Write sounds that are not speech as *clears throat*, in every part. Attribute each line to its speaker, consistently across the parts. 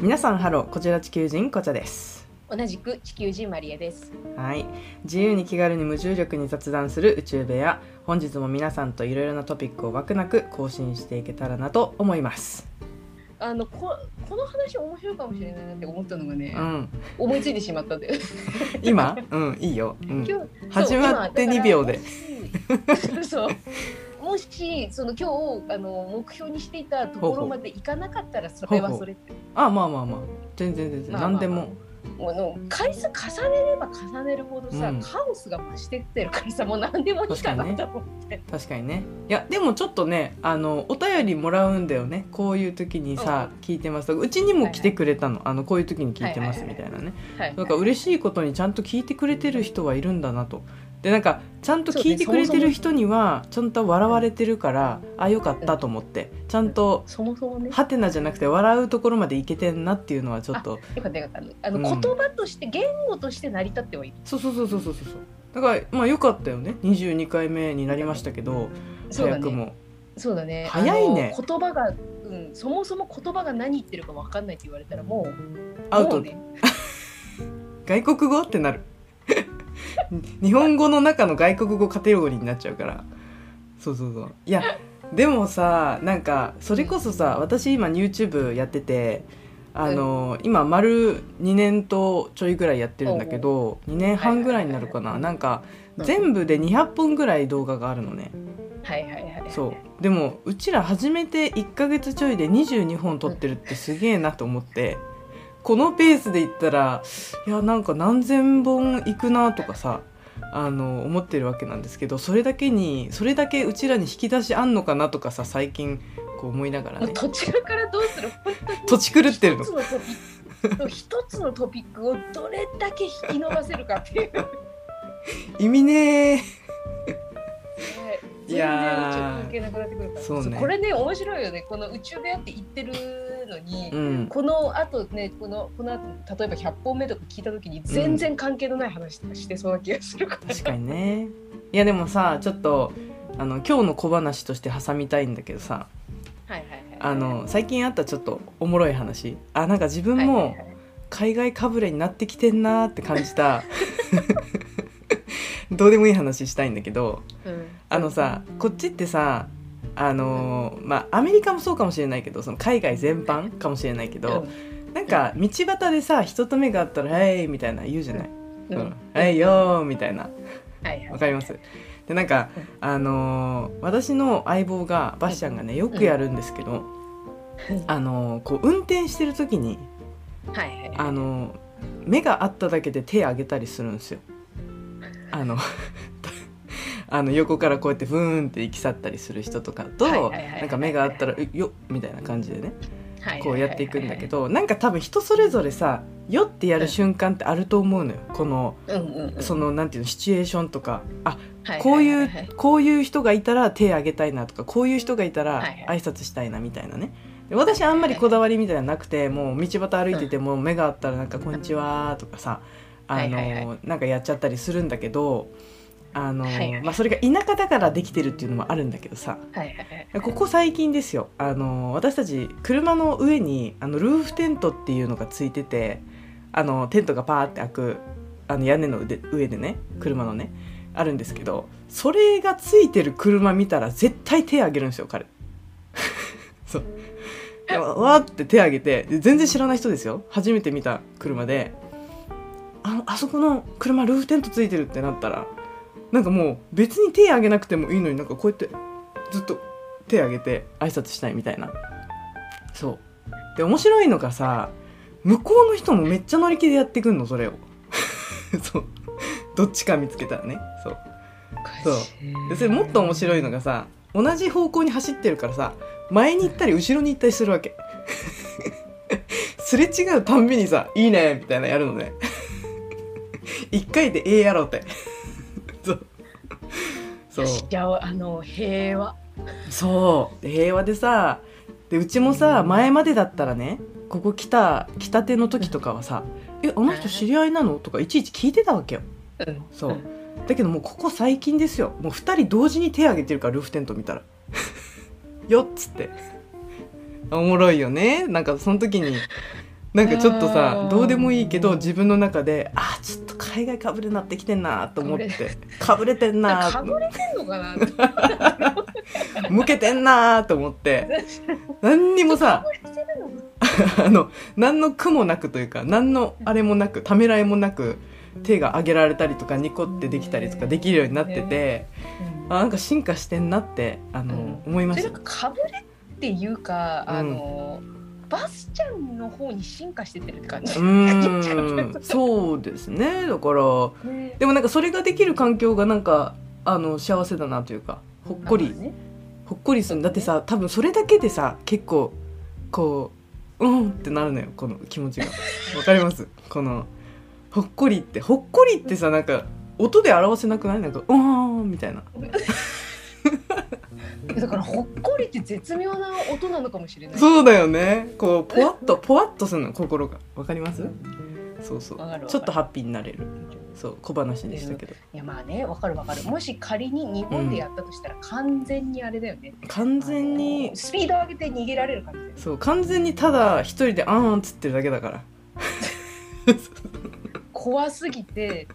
Speaker 1: 皆さんハローこちら地球人こちゃです
Speaker 2: 同じく地球人マリエです。
Speaker 1: はい自由に気軽に無重力に雑談する宇宙部屋本日も皆さんといろいろなトピックを枠なく更新していけたらなと思います
Speaker 2: あのここの話面白いかもしれないなって思ったのがね、
Speaker 1: うん
Speaker 2: 思いついてしまったんで。 *laughs*
Speaker 1: 今うんいいよ、うん、
Speaker 2: 今日
Speaker 1: 始まって2秒で。
Speaker 2: *laughs* そう。もしその今日あの目標にしていたところまで行かなかったらそれはそれって
Speaker 1: あまあまあまあ全然全然
Speaker 2: まあまあ
Speaker 1: 何でも、
Speaker 2: もう回数重ねれば重ねるほどさ、
Speaker 1: うん
Speaker 2: カオスが増してってるからさもう何でもいいかなと思って、
Speaker 1: 確かにねいやでもちょっとねあのお便りもらうんだよねこういう時にさ、聞いてますとうちにも来てくれたの,、あのこういう時に聞いてます
Speaker 2: はい
Speaker 1: み
Speaker 2: は
Speaker 1: た
Speaker 2: いはい
Speaker 1: なね、
Speaker 2: はい
Speaker 1: なんか嬉しいことにちゃんと聞いてくれてる人はいるんだなと。でなんかちゃんと聞いてくれてる人にはちゃんと笑われてるからあよかったと思ってちゃんと
Speaker 2: そもそもね
Speaker 1: ハテナじゃなくて笑うところまでいけてんなっていうのはちょっと
Speaker 2: よかったよかったあの、
Speaker 1: うん
Speaker 2: 言葉として言語として成り立ってはいる
Speaker 1: そうそうそうそうそうそうだからまあよかったよね22回目になりましたけど
Speaker 2: そうだ
Speaker 1: 早く
Speaker 2: ね
Speaker 1: も
Speaker 2: そうだね。
Speaker 1: 早いね
Speaker 2: あの言葉が、うん、そもそも言葉が何言ってるかわかんないって言われたらもう
Speaker 1: アウト
Speaker 2: もうね。
Speaker 1: 外国語ってなる *laughs* 日本語の中の外国語カテゴリーになっちゃうからそうそうそういやでもさなんかそれこそさ私今 YouTube やっててあの、今丸2年とちょいぐらいやってるんだけど2年半ぐらいになるかな、
Speaker 2: はいはいはいはい
Speaker 1: なんか
Speaker 2: うん
Speaker 1: 全部で200本ぐらい動画があるのね
Speaker 2: はいはいはいはい。
Speaker 1: そうでもうちら始めて1ヶ月ちょいで22本撮ってるってすげえなと思ってこのペースでいったらいやなんか何千本いくなとかさあの思ってるわけなんですけどそれだけにそれだけうちらに引き出しあんのかなとかさ最近こう思いながら
Speaker 2: もう
Speaker 1: ね
Speaker 2: 途中からどうする本当に。
Speaker 1: 土 *laughs* 地狂ってる
Speaker 2: *laughs*
Speaker 1: の
Speaker 2: 一つのトピック。一つのトピックをどれだけ引き伸ばせるかっていう。
Speaker 1: 意味ねーい
Speaker 2: 全然
Speaker 1: やー
Speaker 2: 宇宙関係なくなってくるから。
Speaker 1: そうね
Speaker 2: これね面白いよね。この宇宙部屋って言ってるのに。
Speaker 1: うん
Speaker 2: このあとねこのこの後例えば100本目とか聞いた時に全然関係のない話とかしてそうな気がするから、
Speaker 1: 確かにねいやでもさちょっとあの今日の小話として挟みたいんだけどさ
Speaker 2: はいはいはい
Speaker 1: あの最近あったちょっとおもろい話あなんか自分
Speaker 2: はいはいは
Speaker 1: も
Speaker 2: い
Speaker 1: 海外かぶれになってきてんなーって感じた *laughs* どうでもいい話したいんだけど
Speaker 2: うん
Speaker 1: あのさこっちってさあのーまあアメリカもそうかもしれないけどその海外全般かもしれないけど、なんか道端でさ人と目があったら「はい」みたいな言うじゃない「
Speaker 2: うん
Speaker 1: う
Speaker 2: うん
Speaker 1: ん、はいよー」みたいな
Speaker 2: はいはい
Speaker 1: わかりますでなんか
Speaker 2: うん
Speaker 1: あのー私の相棒がバッシャンがねよくやるんですけど、
Speaker 2: うん
Speaker 1: あのーこう運転してる時に
Speaker 2: はいはいはい
Speaker 1: あの目があっただけで手あげたりするんですよ。あの *laughs* あの横からこうやってふーんって行き去ったりする人とかと
Speaker 2: はいはいはいはい
Speaker 1: なんか目があったら「うよっ」みたいな感じでね
Speaker 2: はい
Speaker 1: こうやっていくんだけどなんか多分人それぞれさ「よ」ってやる瞬間ってあると思うのよこの
Speaker 2: うんうんうん
Speaker 1: そのなんていうのシチュエーションとかあ
Speaker 2: はいはいはい
Speaker 1: こうい
Speaker 2: は
Speaker 1: う
Speaker 2: い
Speaker 1: こういう人がいたら手あげたいなとかこういう人がいたら
Speaker 2: はいは
Speaker 1: 挨拶したいなみたいなねで私あんまりこだわりみたいなのなくてもう道端歩いてても目があったらなんか「こんにちは」とかさあ
Speaker 2: はいはい
Speaker 1: のなんかやっちゃったりするんだけどあの
Speaker 2: はいはい
Speaker 1: まあそれが田舎だからできてるっていうのもあるんだけどさ
Speaker 2: はいはいはい
Speaker 1: ここ最近ですよあの私たち車の上にあのルーフテントっていうのがついててあのテントがパーって開くあの屋根の上で上でね車のねあるんですけどそれがついてる車見たら絶対手あげるんですよ彼 *laughs* そうでわわーって手あげてで全然知らない人ですよ初めて見た車でああそこの車ルーフテントついてるってなったらなんかもう別に手あげなくてもいいのになんかこうやってずっと手あげて挨拶したいみたいなそうで面白いのがさ向こうの人もめっちゃ乗り気でやってくんのそれを *laughs* そうどっちか見つけたらねそうそうでそれもっと面白いのがさ同じ方向に走ってるからさ前に行ったり後ろに行ったりするわけ *laughs* すれ違うたんびにさ「いいね」みたいなのやるの *laughs* ね一回でええやろうってそうそう
Speaker 2: じゃああの平和
Speaker 1: そうで平和でさでうちもさ前までだったらねここ来た来たての時とかはさ「えあの人知り合いなの?」とかいちいち聞いてたわけよ
Speaker 2: うん
Speaker 1: そうだけどもうここ最近ですよもう2人同時に手挙げてるからルーフテント見たら *laughs* 「よっ」つっておもろいよねなんかその時になんかちょっと
Speaker 2: う
Speaker 1: さ
Speaker 2: ん
Speaker 1: どうでもいいけど自分の中であーちょっと海外かぶれなってきてんなと思ってかぶれてんな
Speaker 2: かぶれてんのか
Speaker 1: *laughs*
Speaker 2: な
Speaker 1: 向けてんなと思って何にもさあの何の苦もなくというか何のあれもなくためらいもなく手が上げられたりとかニコってできたりとかできるようになっててあなんか進化してんなってあの思いま
Speaker 2: で
Speaker 1: し
Speaker 2: なん
Speaker 1: た
Speaker 2: かかぶれっていうか、
Speaker 1: うん
Speaker 2: あのバスちゃんの方に進化してってるって感じ、
Speaker 1: う
Speaker 2: *laughs*
Speaker 1: ーんそうですねだから
Speaker 2: ね
Speaker 1: でもなんかそれができる環境がなんかあの幸せだなというかほっこり
Speaker 2: まあね
Speaker 1: ほっこりするだってさ多分それだけでさ結構こううんってなるのよこの気持
Speaker 2: *laughs*
Speaker 1: ちがわかりますこのほっこりってほっこりってさなんか音で表せなくないなんか「うーん」みたいな
Speaker 2: だからほっこりって絶妙な音なのかもしれない。
Speaker 1: そうだよねこうポワッ
Speaker 2: *laughs*
Speaker 1: とポワッとするの心がわかりますそうそう
Speaker 2: わかるわかる
Speaker 1: ちょっとハッピーになれるそう小話でしたけど
Speaker 2: いやまあねわかるわかる。もし仮に日本でやったとしたら完全にあれだよね。
Speaker 1: 完全
Speaker 2: あ
Speaker 1: に
Speaker 2: のスピード上げて逃げられる感じだよね。
Speaker 1: そう完全にただ一人で「あーん」っつってるだけだから
Speaker 2: 怖すぎて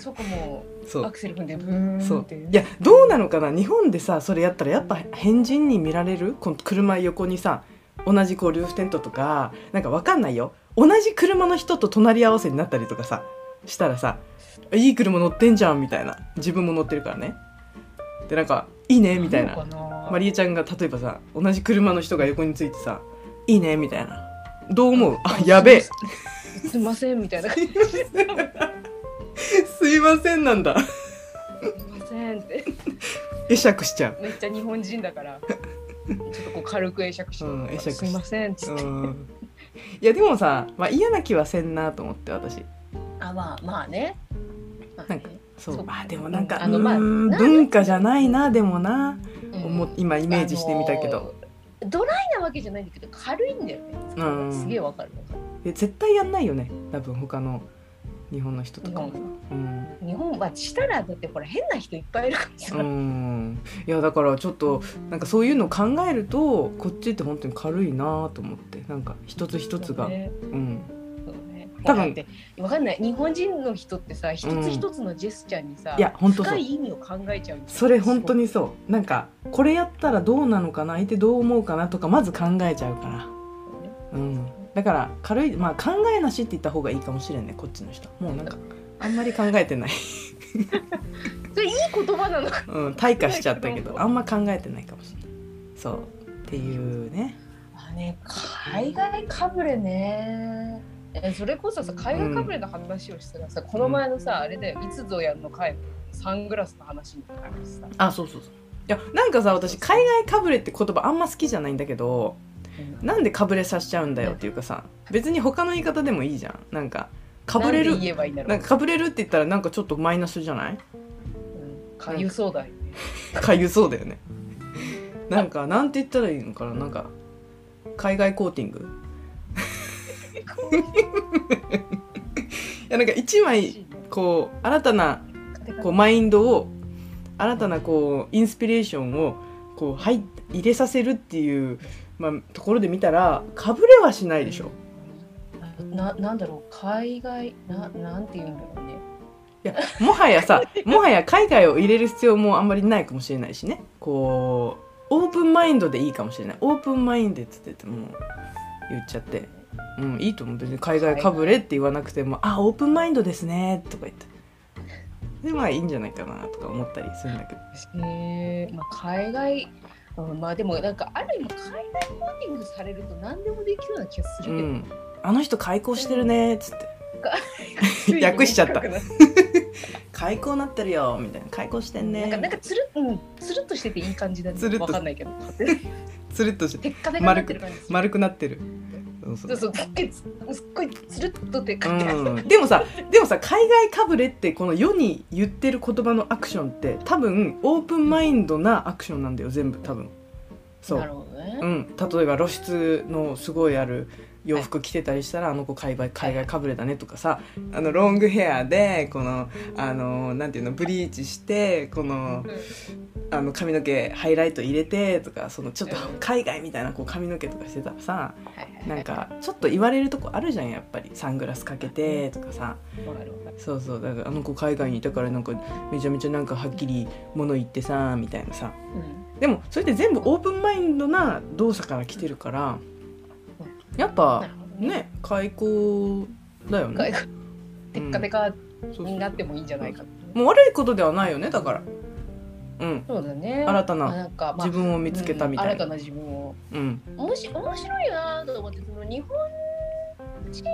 Speaker 2: そこも
Speaker 1: そう
Speaker 2: アクセル踏んでブーンって。
Speaker 1: そういやどうなのかな日本でさそれやったらやっぱ変人に見られるこの車横にさ同じこうルーフテントとかなんかわかんないよ同じ車の人と隣り合わせになったりとかさしたらさ「いい車乗ってんじゃん」みたいな自分も乗ってるからねでなんか「いいね」みたいな
Speaker 2: のかな
Speaker 1: まりえちゃんが例えばさ同じ車の人が横についてさ「いいね」みたいなどう思うあやべえ
Speaker 2: すいませんみたいな感じ。
Speaker 1: *laughs* すいませんなんだ
Speaker 2: すいませんって
Speaker 1: 会釈しちゃう
Speaker 2: めっちゃ日本人だからちょっとこう軽く会釈して、
Speaker 1: うん会釈して
Speaker 2: すいませんっつ
Speaker 1: う
Speaker 2: って、
Speaker 1: んいやでもさ、まあ、嫌な気はせんなと思って私
Speaker 2: あまあまあね,、まあね
Speaker 1: そう
Speaker 2: そう
Speaker 1: あでもなんか、
Speaker 2: うんあのまあ
Speaker 1: うーん
Speaker 2: な
Speaker 1: 文化じゃないなでもな、
Speaker 2: うん
Speaker 1: 思っ今イメージしてみたけど、
Speaker 2: あのードライなわけじゃないんだけど軽いんだよね、
Speaker 1: うん
Speaker 2: すげえわかるわか
Speaker 1: で絶対やんないよね多分他の日本の人とかもさ、うん
Speaker 2: る日本はしたらだってほら変な人いっぱいいるからさ、
Speaker 1: うん、いやだからちょっとなんかそういうのを考えるとこっちって本当に軽いなと思ってなんか一つ一つが、
Speaker 2: ね
Speaker 1: うん、
Speaker 2: そうね
Speaker 1: 多分
Speaker 2: だってわかんない日本人の人ってさ一つ一つのジェスチャーにさ、
Speaker 1: いや本当そ
Speaker 2: 深
Speaker 1: う
Speaker 2: い意味を考えちゃうんだよ
Speaker 1: それ本当にそうなんかこれやったらどうなのかな相手どう思うかなとかまず考えちゃうから。
Speaker 2: そうね
Speaker 1: うん、だから軽い、まあ、考えなしって言った方がいいかもしれんねこっちの人もうなんかあんまり考えて *laughs* ない、
Speaker 2: それいい言葉なのか
Speaker 1: うん、退化しちゃったけどあんま考えてないかもしれないそうっていうね
Speaker 2: まあね、海外かぶれね。えそれこそさ海外かぶれの話をしたらさ、この前のさあれだよいつぞやんの会のサングラスの話になってさ、
Speaker 1: あそうそうそういやなんかさ私海外かぶれって言葉あんま好きじゃないんだけどなんでかぶれさせちゃうんだよっていうかさ別に他の言い方でもいいじゃんなんかかぶれ
Speaker 2: な
Speaker 1: る
Speaker 2: んで言えばいいんだろ
Speaker 1: な
Speaker 2: うん
Speaker 1: かかぶれるって言ったらなんかちょっとマイナスじゃない
Speaker 2: うんかゆそうだよね
Speaker 1: かゆそうだよねなんかなんて言ったらいいのかななんか海外コーティング *laughs* いやなんか一枚こう新たなこうマインドを新たなこうインスピレーションをこう入入れさせるっていう、まあ、ところで見たらかぶれはしないでしょ
Speaker 2: ななんだろう海外ななんて言うんだろうね
Speaker 1: いやもはやさもはや海外を入れる必要もあんまりないかもしれないしねこうオープンマインドでいいかもしれないオープンマインドって言ってもう言っちゃって、うん、いいと思う別に海外かぶれって言わなくても「あオープンマインドですね」とか言ってでまあいいんじゃないかなとか思ったりするんだけど
Speaker 2: へえまあ海外うんまあでもなんかある意味海外コーティングされると何でもできるような気がする
Speaker 1: う
Speaker 2: けど、
Speaker 1: ん「あの人開口してるね」っつって
Speaker 2: ついに
Speaker 1: 訳しちゃった
Speaker 2: 短くなっ
Speaker 1: 「開口なってるよ」みたいな「開口してんね
Speaker 2: なんかなんかつる、うん、つるっとしてていい感じだね。
Speaker 1: つるっと
Speaker 2: わかんな
Speaker 1: *laughs*
Speaker 2: いけど。テ
Speaker 1: つるっとして
Speaker 2: ッカテカになってる感じ。
Speaker 1: 丸くなってるそうそう
Speaker 2: そうそう、すっごいつ、すっごいつるっとテッカテカ。
Speaker 1: うん、 *laughs* でもさでもさ海外かぶれってこの世に言ってる言葉のアクションって多分オープンマインドなアクションなんだよ全部多分そ
Speaker 2: なる
Speaker 1: う、
Speaker 2: ほどね
Speaker 1: う。ん、例えば露出のすごいある洋服着てたりしたら、あの子海外海外かぶれだねとかさあのロングヘアでこのあのなんていうのブリーチしてこの
Speaker 2: うん
Speaker 1: あの髪の毛ハイライト入れてとかそのちょっと
Speaker 2: うん
Speaker 1: 海外みたいなこう髪の毛とかしてたらさ
Speaker 2: はいはい
Speaker 1: なんかちょっと言われるとこあるじゃんやっぱりサングラスかけてとかさ
Speaker 2: わかるわかる
Speaker 1: そうそうだからあの子海外にいたからなんかめちゃめちゃなんかはっきり物言ってさみたいなさ
Speaker 2: うん
Speaker 1: でもそれって全部オープンマインドな動作から来てるからやっ
Speaker 2: な
Speaker 1: ぱ
Speaker 2: るほどね
Speaker 1: ね開口だよ
Speaker 2: 外
Speaker 1: ね
Speaker 2: 国テッカテカ
Speaker 1: そうそう
Speaker 2: になってもいいんじゃないかと
Speaker 1: もう悪いことではないよねだからうん
Speaker 2: そうだね
Speaker 1: 新た
Speaker 2: まあ
Speaker 1: な
Speaker 2: なんか、まあ、
Speaker 1: 自分を見つけたみた
Speaker 2: うん
Speaker 1: い
Speaker 2: 新た
Speaker 1: な
Speaker 2: な自分を
Speaker 1: うん
Speaker 2: おもし面白いなと思ってその日本人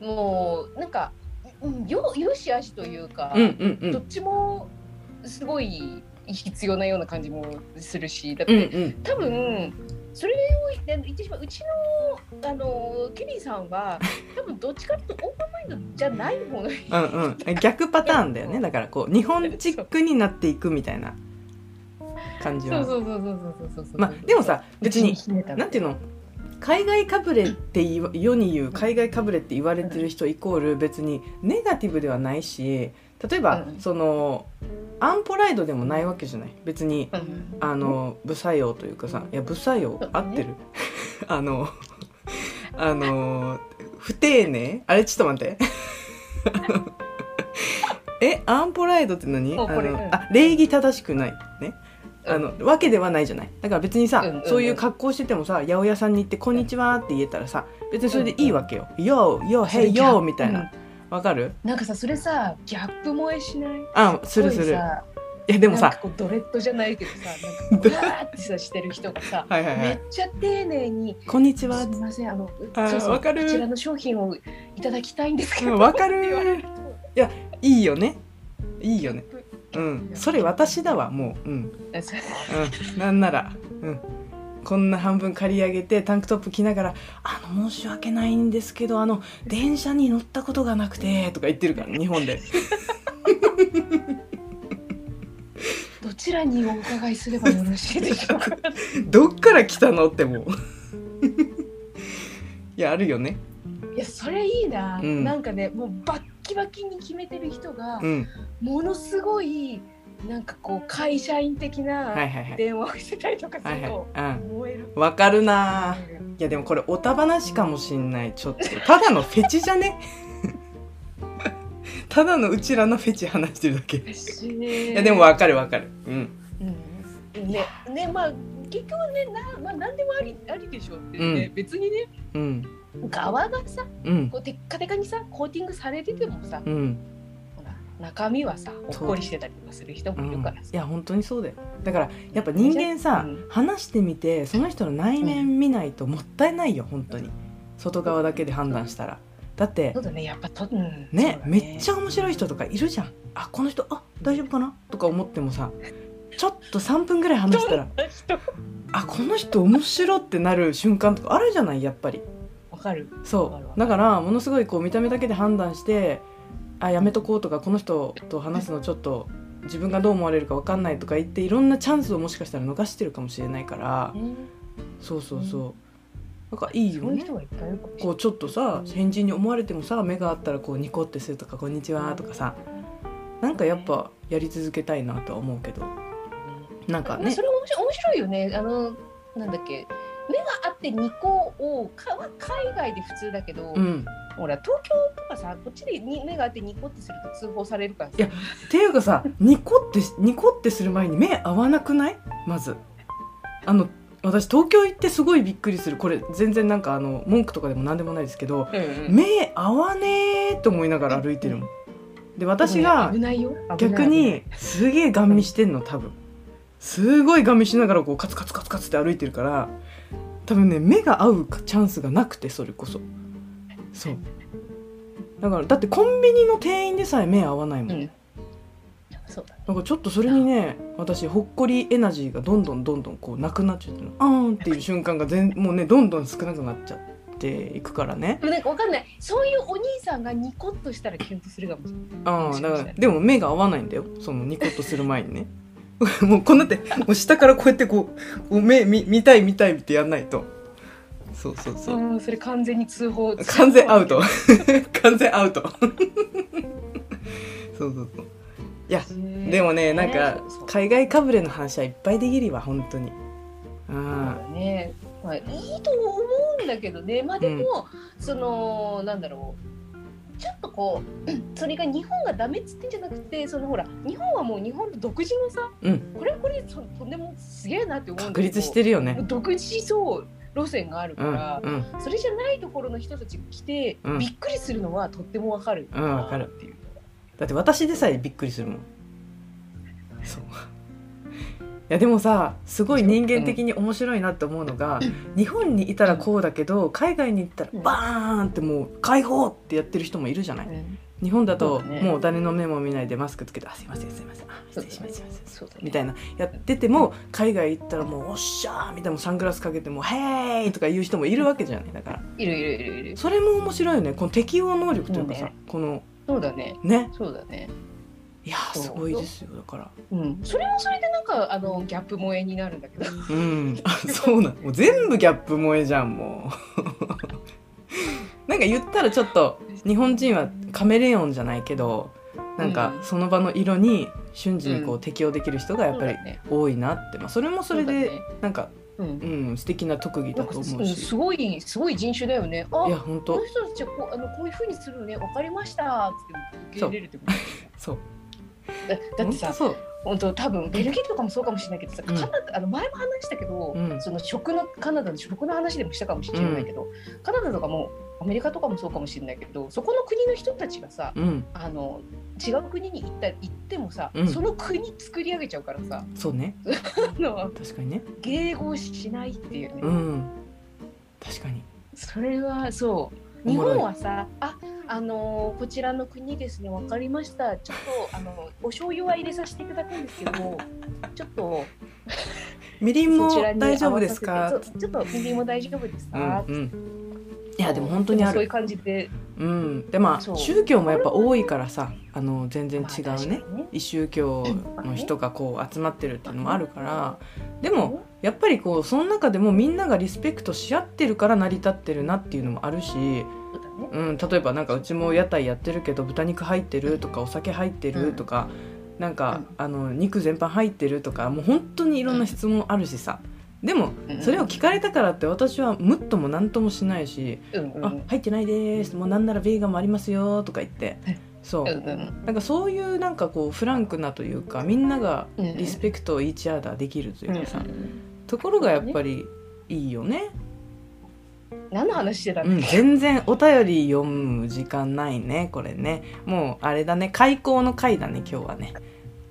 Speaker 2: もなんか、うん、よよしあしというか、
Speaker 1: うんうんうん
Speaker 2: どっちもすごい必要なような感じもするしだっ
Speaker 1: う
Speaker 2: て、
Speaker 1: んうん
Speaker 2: 多分それを言ってしまううちのあのケリーさん
Speaker 1: *laughs*
Speaker 2: は多分どっちかっていうとオープンマインドじゃない方の人
Speaker 1: うんうん逆パターンだよねだからこう日本チックになっていくみたいな感じ
Speaker 2: そう
Speaker 1: は
Speaker 2: そうそうそうそうそうそう
Speaker 1: まあでもさ別に
Speaker 2: ひねた
Speaker 1: なんていうの海外かぶれって言わ世に言う海外かぶれって言われてる人イコール別にネガティブではないし例えば、
Speaker 2: うん
Speaker 1: そのアンポライドでもないわけじゃない別に
Speaker 2: うん
Speaker 1: あの不採用というかさいや不採用
Speaker 2: そう
Speaker 1: 合
Speaker 2: だね
Speaker 1: ってる *laughs* あのあの不丁寧あれちょっと待って *laughs* あのえアンポライドって何
Speaker 2: もう
Speaker 1: あ
Speaker 2: これ
Speaker 1: の
Speaker 2: うん
Speaker 1: あ礼儀正しくないね
Speaker 2: うん
Speaker 1: あのわけではないじゃないだから別にさ、
Speaker 2: うんうんうん
Speaker 1: そういう格好しててもさ八百屋さんに行って「こんにちは」って言えたらさ別にそれでいいわけよ「ようよう
Speaker 2: それ
Speaker 1: へい
Speaker 2: ギャ
Speaker 1: よ
Speaker 2: ッ
Speaker 1: う」
Speaker 2: プ
Speaker 1: みたいなわ、かる
Speaker 2: なんかさそれさギャップ萌えしない
Speaker 1: あするす
Speaker 2: ごい
Speaker 1: るい
Speaker 2: さ
Speaker 1: やでも
Speaker 2: な
Speaker 1: さ
Speaker 2: んかこうドレッドじゃないけ
Speaker 1: *laughs*
Speaker 2: どさなんかこうわーってさしてる人がさ
Speaker 1: はいはいは
Speaker 2: めっ
Speaker 1: い
Speaker 2: ちゃ丁寧に
Speaker 1: 「こんに
Speaker 2: 「
Speaker 1: ち
Speaker 2: す
Speaker 1: は」
Speaker 2: みませんあの
Speaker 1: あー
Speaker 2: そうそう
Speaker 1: わかる
Speaker 2: こちらの商品をいただきたいんですけ
Speaker 1: う
Speaker 2: ど」
Speaker 1: んわか
Speaker 2: って言われ
Speaker 1: る
Speaker 2: る
Speaker 1: いやいいよねいいよね
Speaker 2: と
Speaker 1: うんそれ私だわもううん、
Speaker 2: あそう
Speaker 1: うん、なんならうんこんな半分借り上げてタンクトップ着ながら「あの申し訳ないんですけどあの電車に乗ったことがなくて」とか言ってるから日本で
Speaker 2: どちらにお伺いすればよろしいでしょ
Speaker 1: *laughs*
Speaker 2: うか
Speaker 1: どっから来たのってもう *laughs* いやあるよね
Speaker 2: いやそれいいな、
Speaker 1: うん
Speaker 2: なんかねもうバッキバキに決めてる人が、
Speaker 1: うん
Speaker 2: ものすごいなんかこう会社員的
Speaker 1: は
Speaker 2: ない
Speaker 1: はいはい
Speaker 2: 電話をしてたりとかす
Speaker 1: は
Speaker 2: る
Speaker 1: いはい
Speaker 2: と
Speaker 1: うん
Speaker 2: 燃える。
Speaker 1: わかるなぁいやでもこれおたばなしかもしんないちょっとただのフェチじゃね *laughs* ただのうちらのフェチ話してるだけ
Speaker 2: 私
Speaker 1: い
Speaker 2: ね
Speaker 1: やでもわかるわかる。うん。
Speaker 2: うんね、ねまあ結局ねな、まあ、何でもありありでしょうって、ね
Speaker 1: う
Speaker 2: 別にね
Speaker 1: うん。
Speaker 2: 側がさ
Speaker 1: うん。
Speaker 2: こうテッカテカにさコーティングされててもさ
Speaker 1: うん。
Speaker 2: ほら中身はさほっこりしてたりとかする人
Speaker 1: う
Speaker 2: もいる
Speaker 1: ん
Speaker 2: からさ、
Speaker 1: いや本当にそうだよ。だからやっぱ人間さ、
Speaker 2: うん
Speaker 1: 話してみてその人の内面見ないともったいないよ本当に。外側だけで判断したら。だって
Speaker 2: そうだねやっぱと、うん
Speaker 1: ねめっち
Speaker 2: ゃ
Speaker 1: ゃ面白い人とかいるじゃん。あこの人あ大丈夫かなとか思ってもさ。ちょっと3分ぐらい話したら
Speaker 2: *laughs* 人
Speaker 1: あこの人面白ってなる瞬間とかあるじゃないやっぱり
Speaker 2: わかるわか
Speaker 1: そ
Speaker 2: るわ
Speaker 1: うだからものすごいこう見た目だけで判断してあやめとこうとかこの人と話すのちょっと自分がどう思われるか分かんないとか言っていろんなチャンスをもしかしたら逃してるかもしれないから
Speaker 2: ね
Speaker 1: そうそうそうなんかいいよ
Speaker 2: そういう
Speaker 1: ね
Speaker 2: 人がいっぱいいるかもしれ
Speaker 1: こ
Speaker 2: な
Speaker 1: うちょっとさ変人に思われてもさ目があったらこうニコってするとか「こんにちは」とかさなんかやっぱやり続けたいなとは思うけどなんか
Speaker 2: い、まあ、
Speaker 1: ね
Speaker 2: それ面白い面白いよねあのなんだっけ目があって2個をかは海外で普通だけど、
Speaker 1: うん
Speaker 2: ほら東京とかさこっちでに目があってニコってすると通報されるからさ
Speaker 1: いやっていうかさニコってニコってする前に目合わなくないまずあの私東京行ってすごいびっくりするこれ全然なんかあの文句とかでも何でもないですけど
Speaker 2: うん
Speaker 1: 目合わねーと思いながら歩いてるもんで私が
Speaker 2: 危ないよ
Speaker 1: 逆にすげえガン見してんの多分すごいガン見しながらこうカツカツカツカツって歩いてるから多分ね目が合うチャンスがなくてそれこそそうだからだってコンビニの店員でさえ目合わないもん
Speaker 2: 危ない、うん、そうだね
Speaker 1: なんかちょっとそれにね私ほっこりエナジーがどんどんどんどんこうなくなっちゃってるあーんっていう瞬間が全もうねどんどん少なくなっちゃっていくからね
Speaker 2: でもなんかわかんないそういうお兄さんがニコッとしたらキュンとするかもしれない
Speaker 1: あーだからでも目が合わないんだよそのニコッとする前にね *laughs* もうこうなってもう下からこうやってこうこう目見見たい見たいってやんないとそうそうそううん
Speaker 2: それ完全に通報
Speaker 1: 完 *laughs* 全アウト完全アウトそうそうそういや
Speaker 2: で
Speaker 1: でもねなんか
Speaker 2: そうそう
Speaker 1: 海外かぶれの話はいっぱいできるわ本当にう
Speaker 2: そうんだね、まあ、いいと思うんだけどねまあでも、そのなんだろうちょっとこう *clears throat* それが日本がダメっつってんじゃなくてそのほら日本はもう日本の独自のさ、
Speaker 1: うん
Speaker 2: これはこれでととんでもすげえなって思うんだけど
Speaker 1: 確立してるよ
Speaker 2: も
Speaker 1: ね
Speaker 2: う独自そう路線がある
Speaker 1: う
Speaker 2: か
Speaker 1: んうん
Speaker 2: ら、それじゃないところの人たちが来て、
Speaker 1: うん
Speaker 2: びっくりするのはとってもわかる
Speaker 1: うんわかる
Speaker 2: っていう
Speaker 1: だって私でさえびっくりするもん
Speaker 2: *laughs*
Speaker 1: そういやでもさすごい人間的に面白いなって思うのが、日本にいたらこうだけど海外に行ったら
Speaker 2: うん
Speaker 1: バーンってもう解放ってやってる人もいるじゃない日本だと
Speaker 2: そうだね
Speaker 1: もう誰の目も見ないでマスクつけて「あすいませんすいませんあ失礼しましたすいません」
Speaker 2: そうだね
Speaker 1: みたいなやってても海外行ったらもう「おっしゃー」みたいなサングラスかけてもう「ヘーイ!」とか言う人もいるわけじゃないだから
Speaker 2: いるいるいるいる
Speaker 1: それも面白いよねこの適応能力というかさ、
Speaker 2: そうね
Speaker 1: この
Speaker 2: そうだね
Speaker 1: ね
Speaker 2: そうだね
Speaker 1: いやーすごいですよだから
Speaker 2: うんそれもそれでなんかあのギャップ萌えになるんだけど
Speaker 1: うんあそうなんもう全部ギャップ萌えじゃんもう *laughs* なんか言ったらちょっと日本人はカメレオンじゃないけどなんか
Speaker 2: うん
Speaker 1: その場の色に瞬時にこう適応できる人がやっぱり
Speaker 2: そうだね
Speaker 1: 多いなって、まあ、それもそれ
Speaker 2: う
Speaker 1: で
Speaker 2: だね
Speaker 1: なんか
Speaker 2: うん
Speaker 1: うん素敵な特技
Speaker 2: な
Speaker 1: だ
Speaker 2: んか
Speaker 1: と
Speaker 2: す
Speaker 1: 思うし
Speaker 2: すごいすごい人種だよねあ
Speaker 1: いや本
Speaker 2: こ
Speaker 1: 当
Speaker 2: の人たちはこうあのこういうふうにするのねわかりましたつって受け入れるってこと
Speaker 1: そう
Speaker 2: だだってさ
Speaker 1: 本当そう
Speaker 2: 本当多分ベルギーとかもそうかもしれないけどさ、
Speaker 1: うん
Speaker 2: カナダあの前も話したけど、
Speaker 1: うん
Speaker 2: その食のカナダの食の話でもしたかもしれないけど、カナダとかもアメリカとかもそうかもしれないけどそこの国の人たちがさ
Speaker 1: うん
Speaker 2: あの違う国に行った行ってもさ、
Speaker 1: うん
Speaker 2: その国作り上げちゃうからさ
Speaker 1: そうね
Speaker 2: あの
Speaker 1: 確かにね
Speaker 2: 迎合しないっていうね、
Speaker 1: うん確かに
Speaker 2: それはそう
Speaker 1: お
Speaker 2: 日
Speaker 1: もろい
Speaker 2: 本はさああのーこちらの国ですねわかりましたちょっとあのお醤油は入れさせていただくんですけ
Speaker 1: *laughs*
Speaker 2: どちょっと
Speaker 1: みりんも
Speaker 2: そちらに合わ
Speaker 1: 大
Speaker 2: せて
Speaker 1: 丈夫ですか
Speaker 2: そうちょっとみりんも大丈夫ですか、
Speaker 1: うんうんいやでも本当にあ
Speaker 2: そう
Speaker 1: る
Speaker 2: いう感じで
Speaker 1: うんでまあ
Speaker 2: そう
Speaker 1: 宗教もやっぱ多いからさあの全然
Speaker 2: まあ
Speaker 1: 違
Speaker 2: 確
Speaker 1: う
Speaker 2: か
Speaker 1: ね
Speaker 2: にね
Speaker 1: 異宗教の人がこう集まってるっていうのもあるからでもやっぱりこうその中でもみんながリスペクトし合ってるから成り立ってるなっていうのもあるし
Speaker 2: そうだね
Speaker 1: うん、例えばなんかうちも屋台やってるけど豚肉入ってるとかお酒入ってるとか、なんか、あの肉全般入ってるとかもう本当にいろんな質問あるしさ、でも
Speaker 2: うん
Speaker 1: それを聞かれたからって私はムッとも何ともしないし
Speaker 2: う
Speaker 1: 「
Speaker 2: んうん
Speaker 1: あ入ってないです」もうなんならヴィーガンもありますよ」とか言って
Speaker 2: うん
Speaker 1: そううん
Speaker 2: うん
Speaker 1: なんかそういうなんかこうフランクなというかみんなが
Speaker 2: うん
Speaker 1: リスペクトをイーチアーダーできるといううんかさ、ところがやっぱりいいよね。
Speaker 2: 何の話してた
Speaker 1: うんん、
Speaker 2: だっ
Speaker 1: 全然お便り読む時間ないねこれねもうあれだね開口の回だね今日はね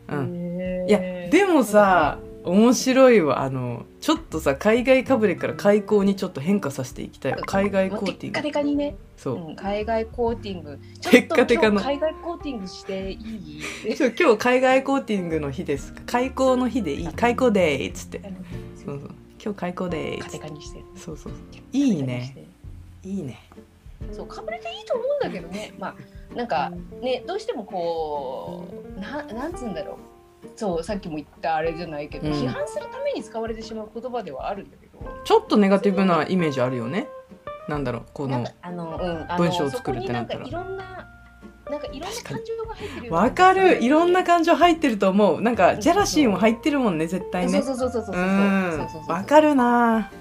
Speaker 2: け、
Speaker 1: うん
Speaker 2: へー
Speaker 1: いやでもさ面白いわあのちょっとさ海外かぶれから開口にちょっと変化させていきたいわ海外コーティン
Speaker 2: もうテッカ
Speaker 1: グ
Speaker 2: テカにね、、
Speaker 1: そううん
Speaker 2: 海外コーティングち
Speaker 1: テ
Speaker 2: ょっ
Speaker 1: ッカ
Speaker 2: と
Speaker 1: テカ
Speaker 2: 今
Speaker 1: の
Speaker 2: 日海外コーティングしていいって
Speaker 1: そう今日海外コーティングの日です開口の日でいい開口でーっつって
Speaker 2: あの
Speaker 1: そうそう今日開口でー
Speaker 2: カ
Speaker 1: っつ
Speaker 2: テ
Speaker 1: っ
Speaker 2: カ
Speaker 1: て
Speaker 2: にして
Speaker 1: そうそうそう
Speaker 2: カテカ
Speaker 1: いい
Speaker 2: に
Speaker 1: ね
Speaker 2: して
Speaker 1: いいね
Speaker 2: そうかぶれていいと思うんだけどねまあなんかねどうしてもこうななんつうんだろうそうさっきも言ったあれじゃないけど、
Speaker 1: うん
Speaker 2: 批判するために使われてしまう言葉ではあるんだけど
Speaker 1: ちょっとネガティブなイメージあるよねなんだろうこ
Speaker 2: なん
Speaker 1: の
Speaker 2: かあの、うん、あの
Speaker 1: 文章を作るってなったら
Speaker 2: そこになんかいろんななんかいろんな感情が入ってるよう
Speaker 1: わかるいろんな感情入ってると思うなんか
Speaker 2: そう
Speaker 1: ジェラシーも入ってるもんね絶対ね
Speaker 2: そうそうそうそうそう
Speaker 1: う
Speaker 2: そうんそうそうそう
Speaker 1: わかるな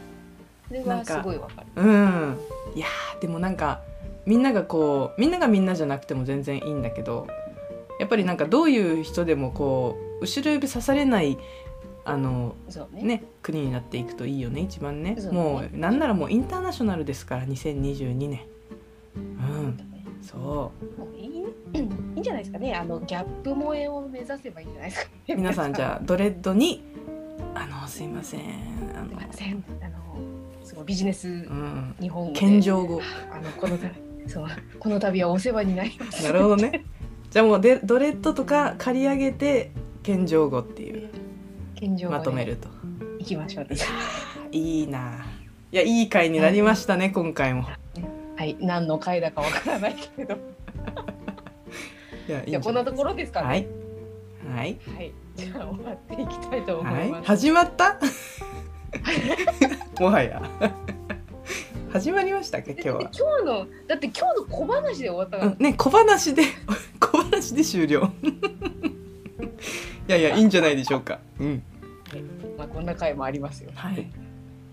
Speaker 2: それ
Speaker 1: な
Speaker 2: は
Speaker 1: んか
Speaker 2: すごいわかる
Speaker 1: うんいやーでもなんかみんながこうみんながみんなじゃなくても全然いいんだけどやっぱりなんかどういう人でもこう後ろ指刺されないあの
Speaker 2: そうね
Speaker 1: ね国になっていくといいよね一番ね
Speaker 2: そうね
Speaker 1: もうなんならもうインターナショナルですから2022年うんそ
Speaker 2: もういいねうんいいんじゃないですかねあのギャップ萌えを目指せばいいんじゃないですかね
Speaker 1: う *laughs* 皆さんじ
Speaker 2: あ
Speaker 1: ゃあドレッドにあのすいませんあ
Speaker 2: すい
Speaker 1: の
Speaker 2: ませんあのすごいビジネス、
Speaker 1: うん
Speaker 2: 日本語で
Speaker 1: 謙譲
Speaker 2: *laughs*
Speaker 1: 語
Speaker 2: あのこのたそうこの度はお世話になりました
Speaker 1: なるほどねじゃあもうでドレッドとか借り上げて謙譲語っていう
Speaker 2: 謙譲語で
Speaker 1: まとめると
Speaker 2: いきましょう
Speaker 1: いいないやいい回になりましたね今回も
Speaker 2: はい何の回だかわからないけれど
Speaker 1: いやいいん
Speaker 2: じゃあこんなところですかね
Speaker 1: はいはい、
Speaker 2: はい、じゃあ終わっていきたいと思
Speaker 1: はいい、
Speaker 2: ます、
Speaker 1: 始まった *laughs* もはや始まりましたか今日
Speaker 2: だっ
Speaker 1: は
Speaker 2: て今日のだって
Speaker 1: *laughs*
Speaker 2: 今日の小話で終わったか
Speaker 1: う
Speaker 2: ら、
Speaker 1: んね小話で小話で終了 *laughs* やいやいいんじゃないでしょうかうん
Speaker 2: まあ、こんな回もありますよ。
Speaker 1: はい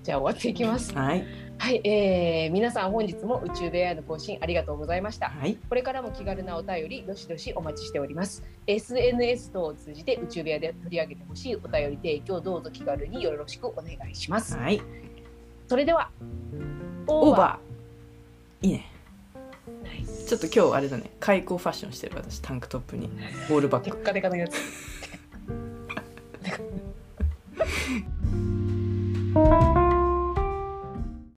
Speaker 2: じゃあ終わっていきます。
Speaker 1: はい
Speaker 2: はい、えー、皆さん本日も宇宙ベアの更新ありがとうございました。
Speaker 1: はい
Speaker 2: これからも気軽なお便り、どしどしお待ちしております。SNS 等を通じて宇宙部屋で取り上げてほしいお便り提供、どうぞ気軽によろしくお願いします。
Speaker 1: はい
Speaker 2: それでは、
Speaker 1: オ
Speaker 2: オー
Speaker 1: ー
Speaker 2: バ
Speaker 1: バーいいね
Speaker 2: ー。ナイス
Speaker 1: ちょっと今日あれだね開口ファッションしてる私タンクトップにボールバッ
Speaker 2: テ
Speaker 1: グ
Speaker 2: ッカテカのやつ。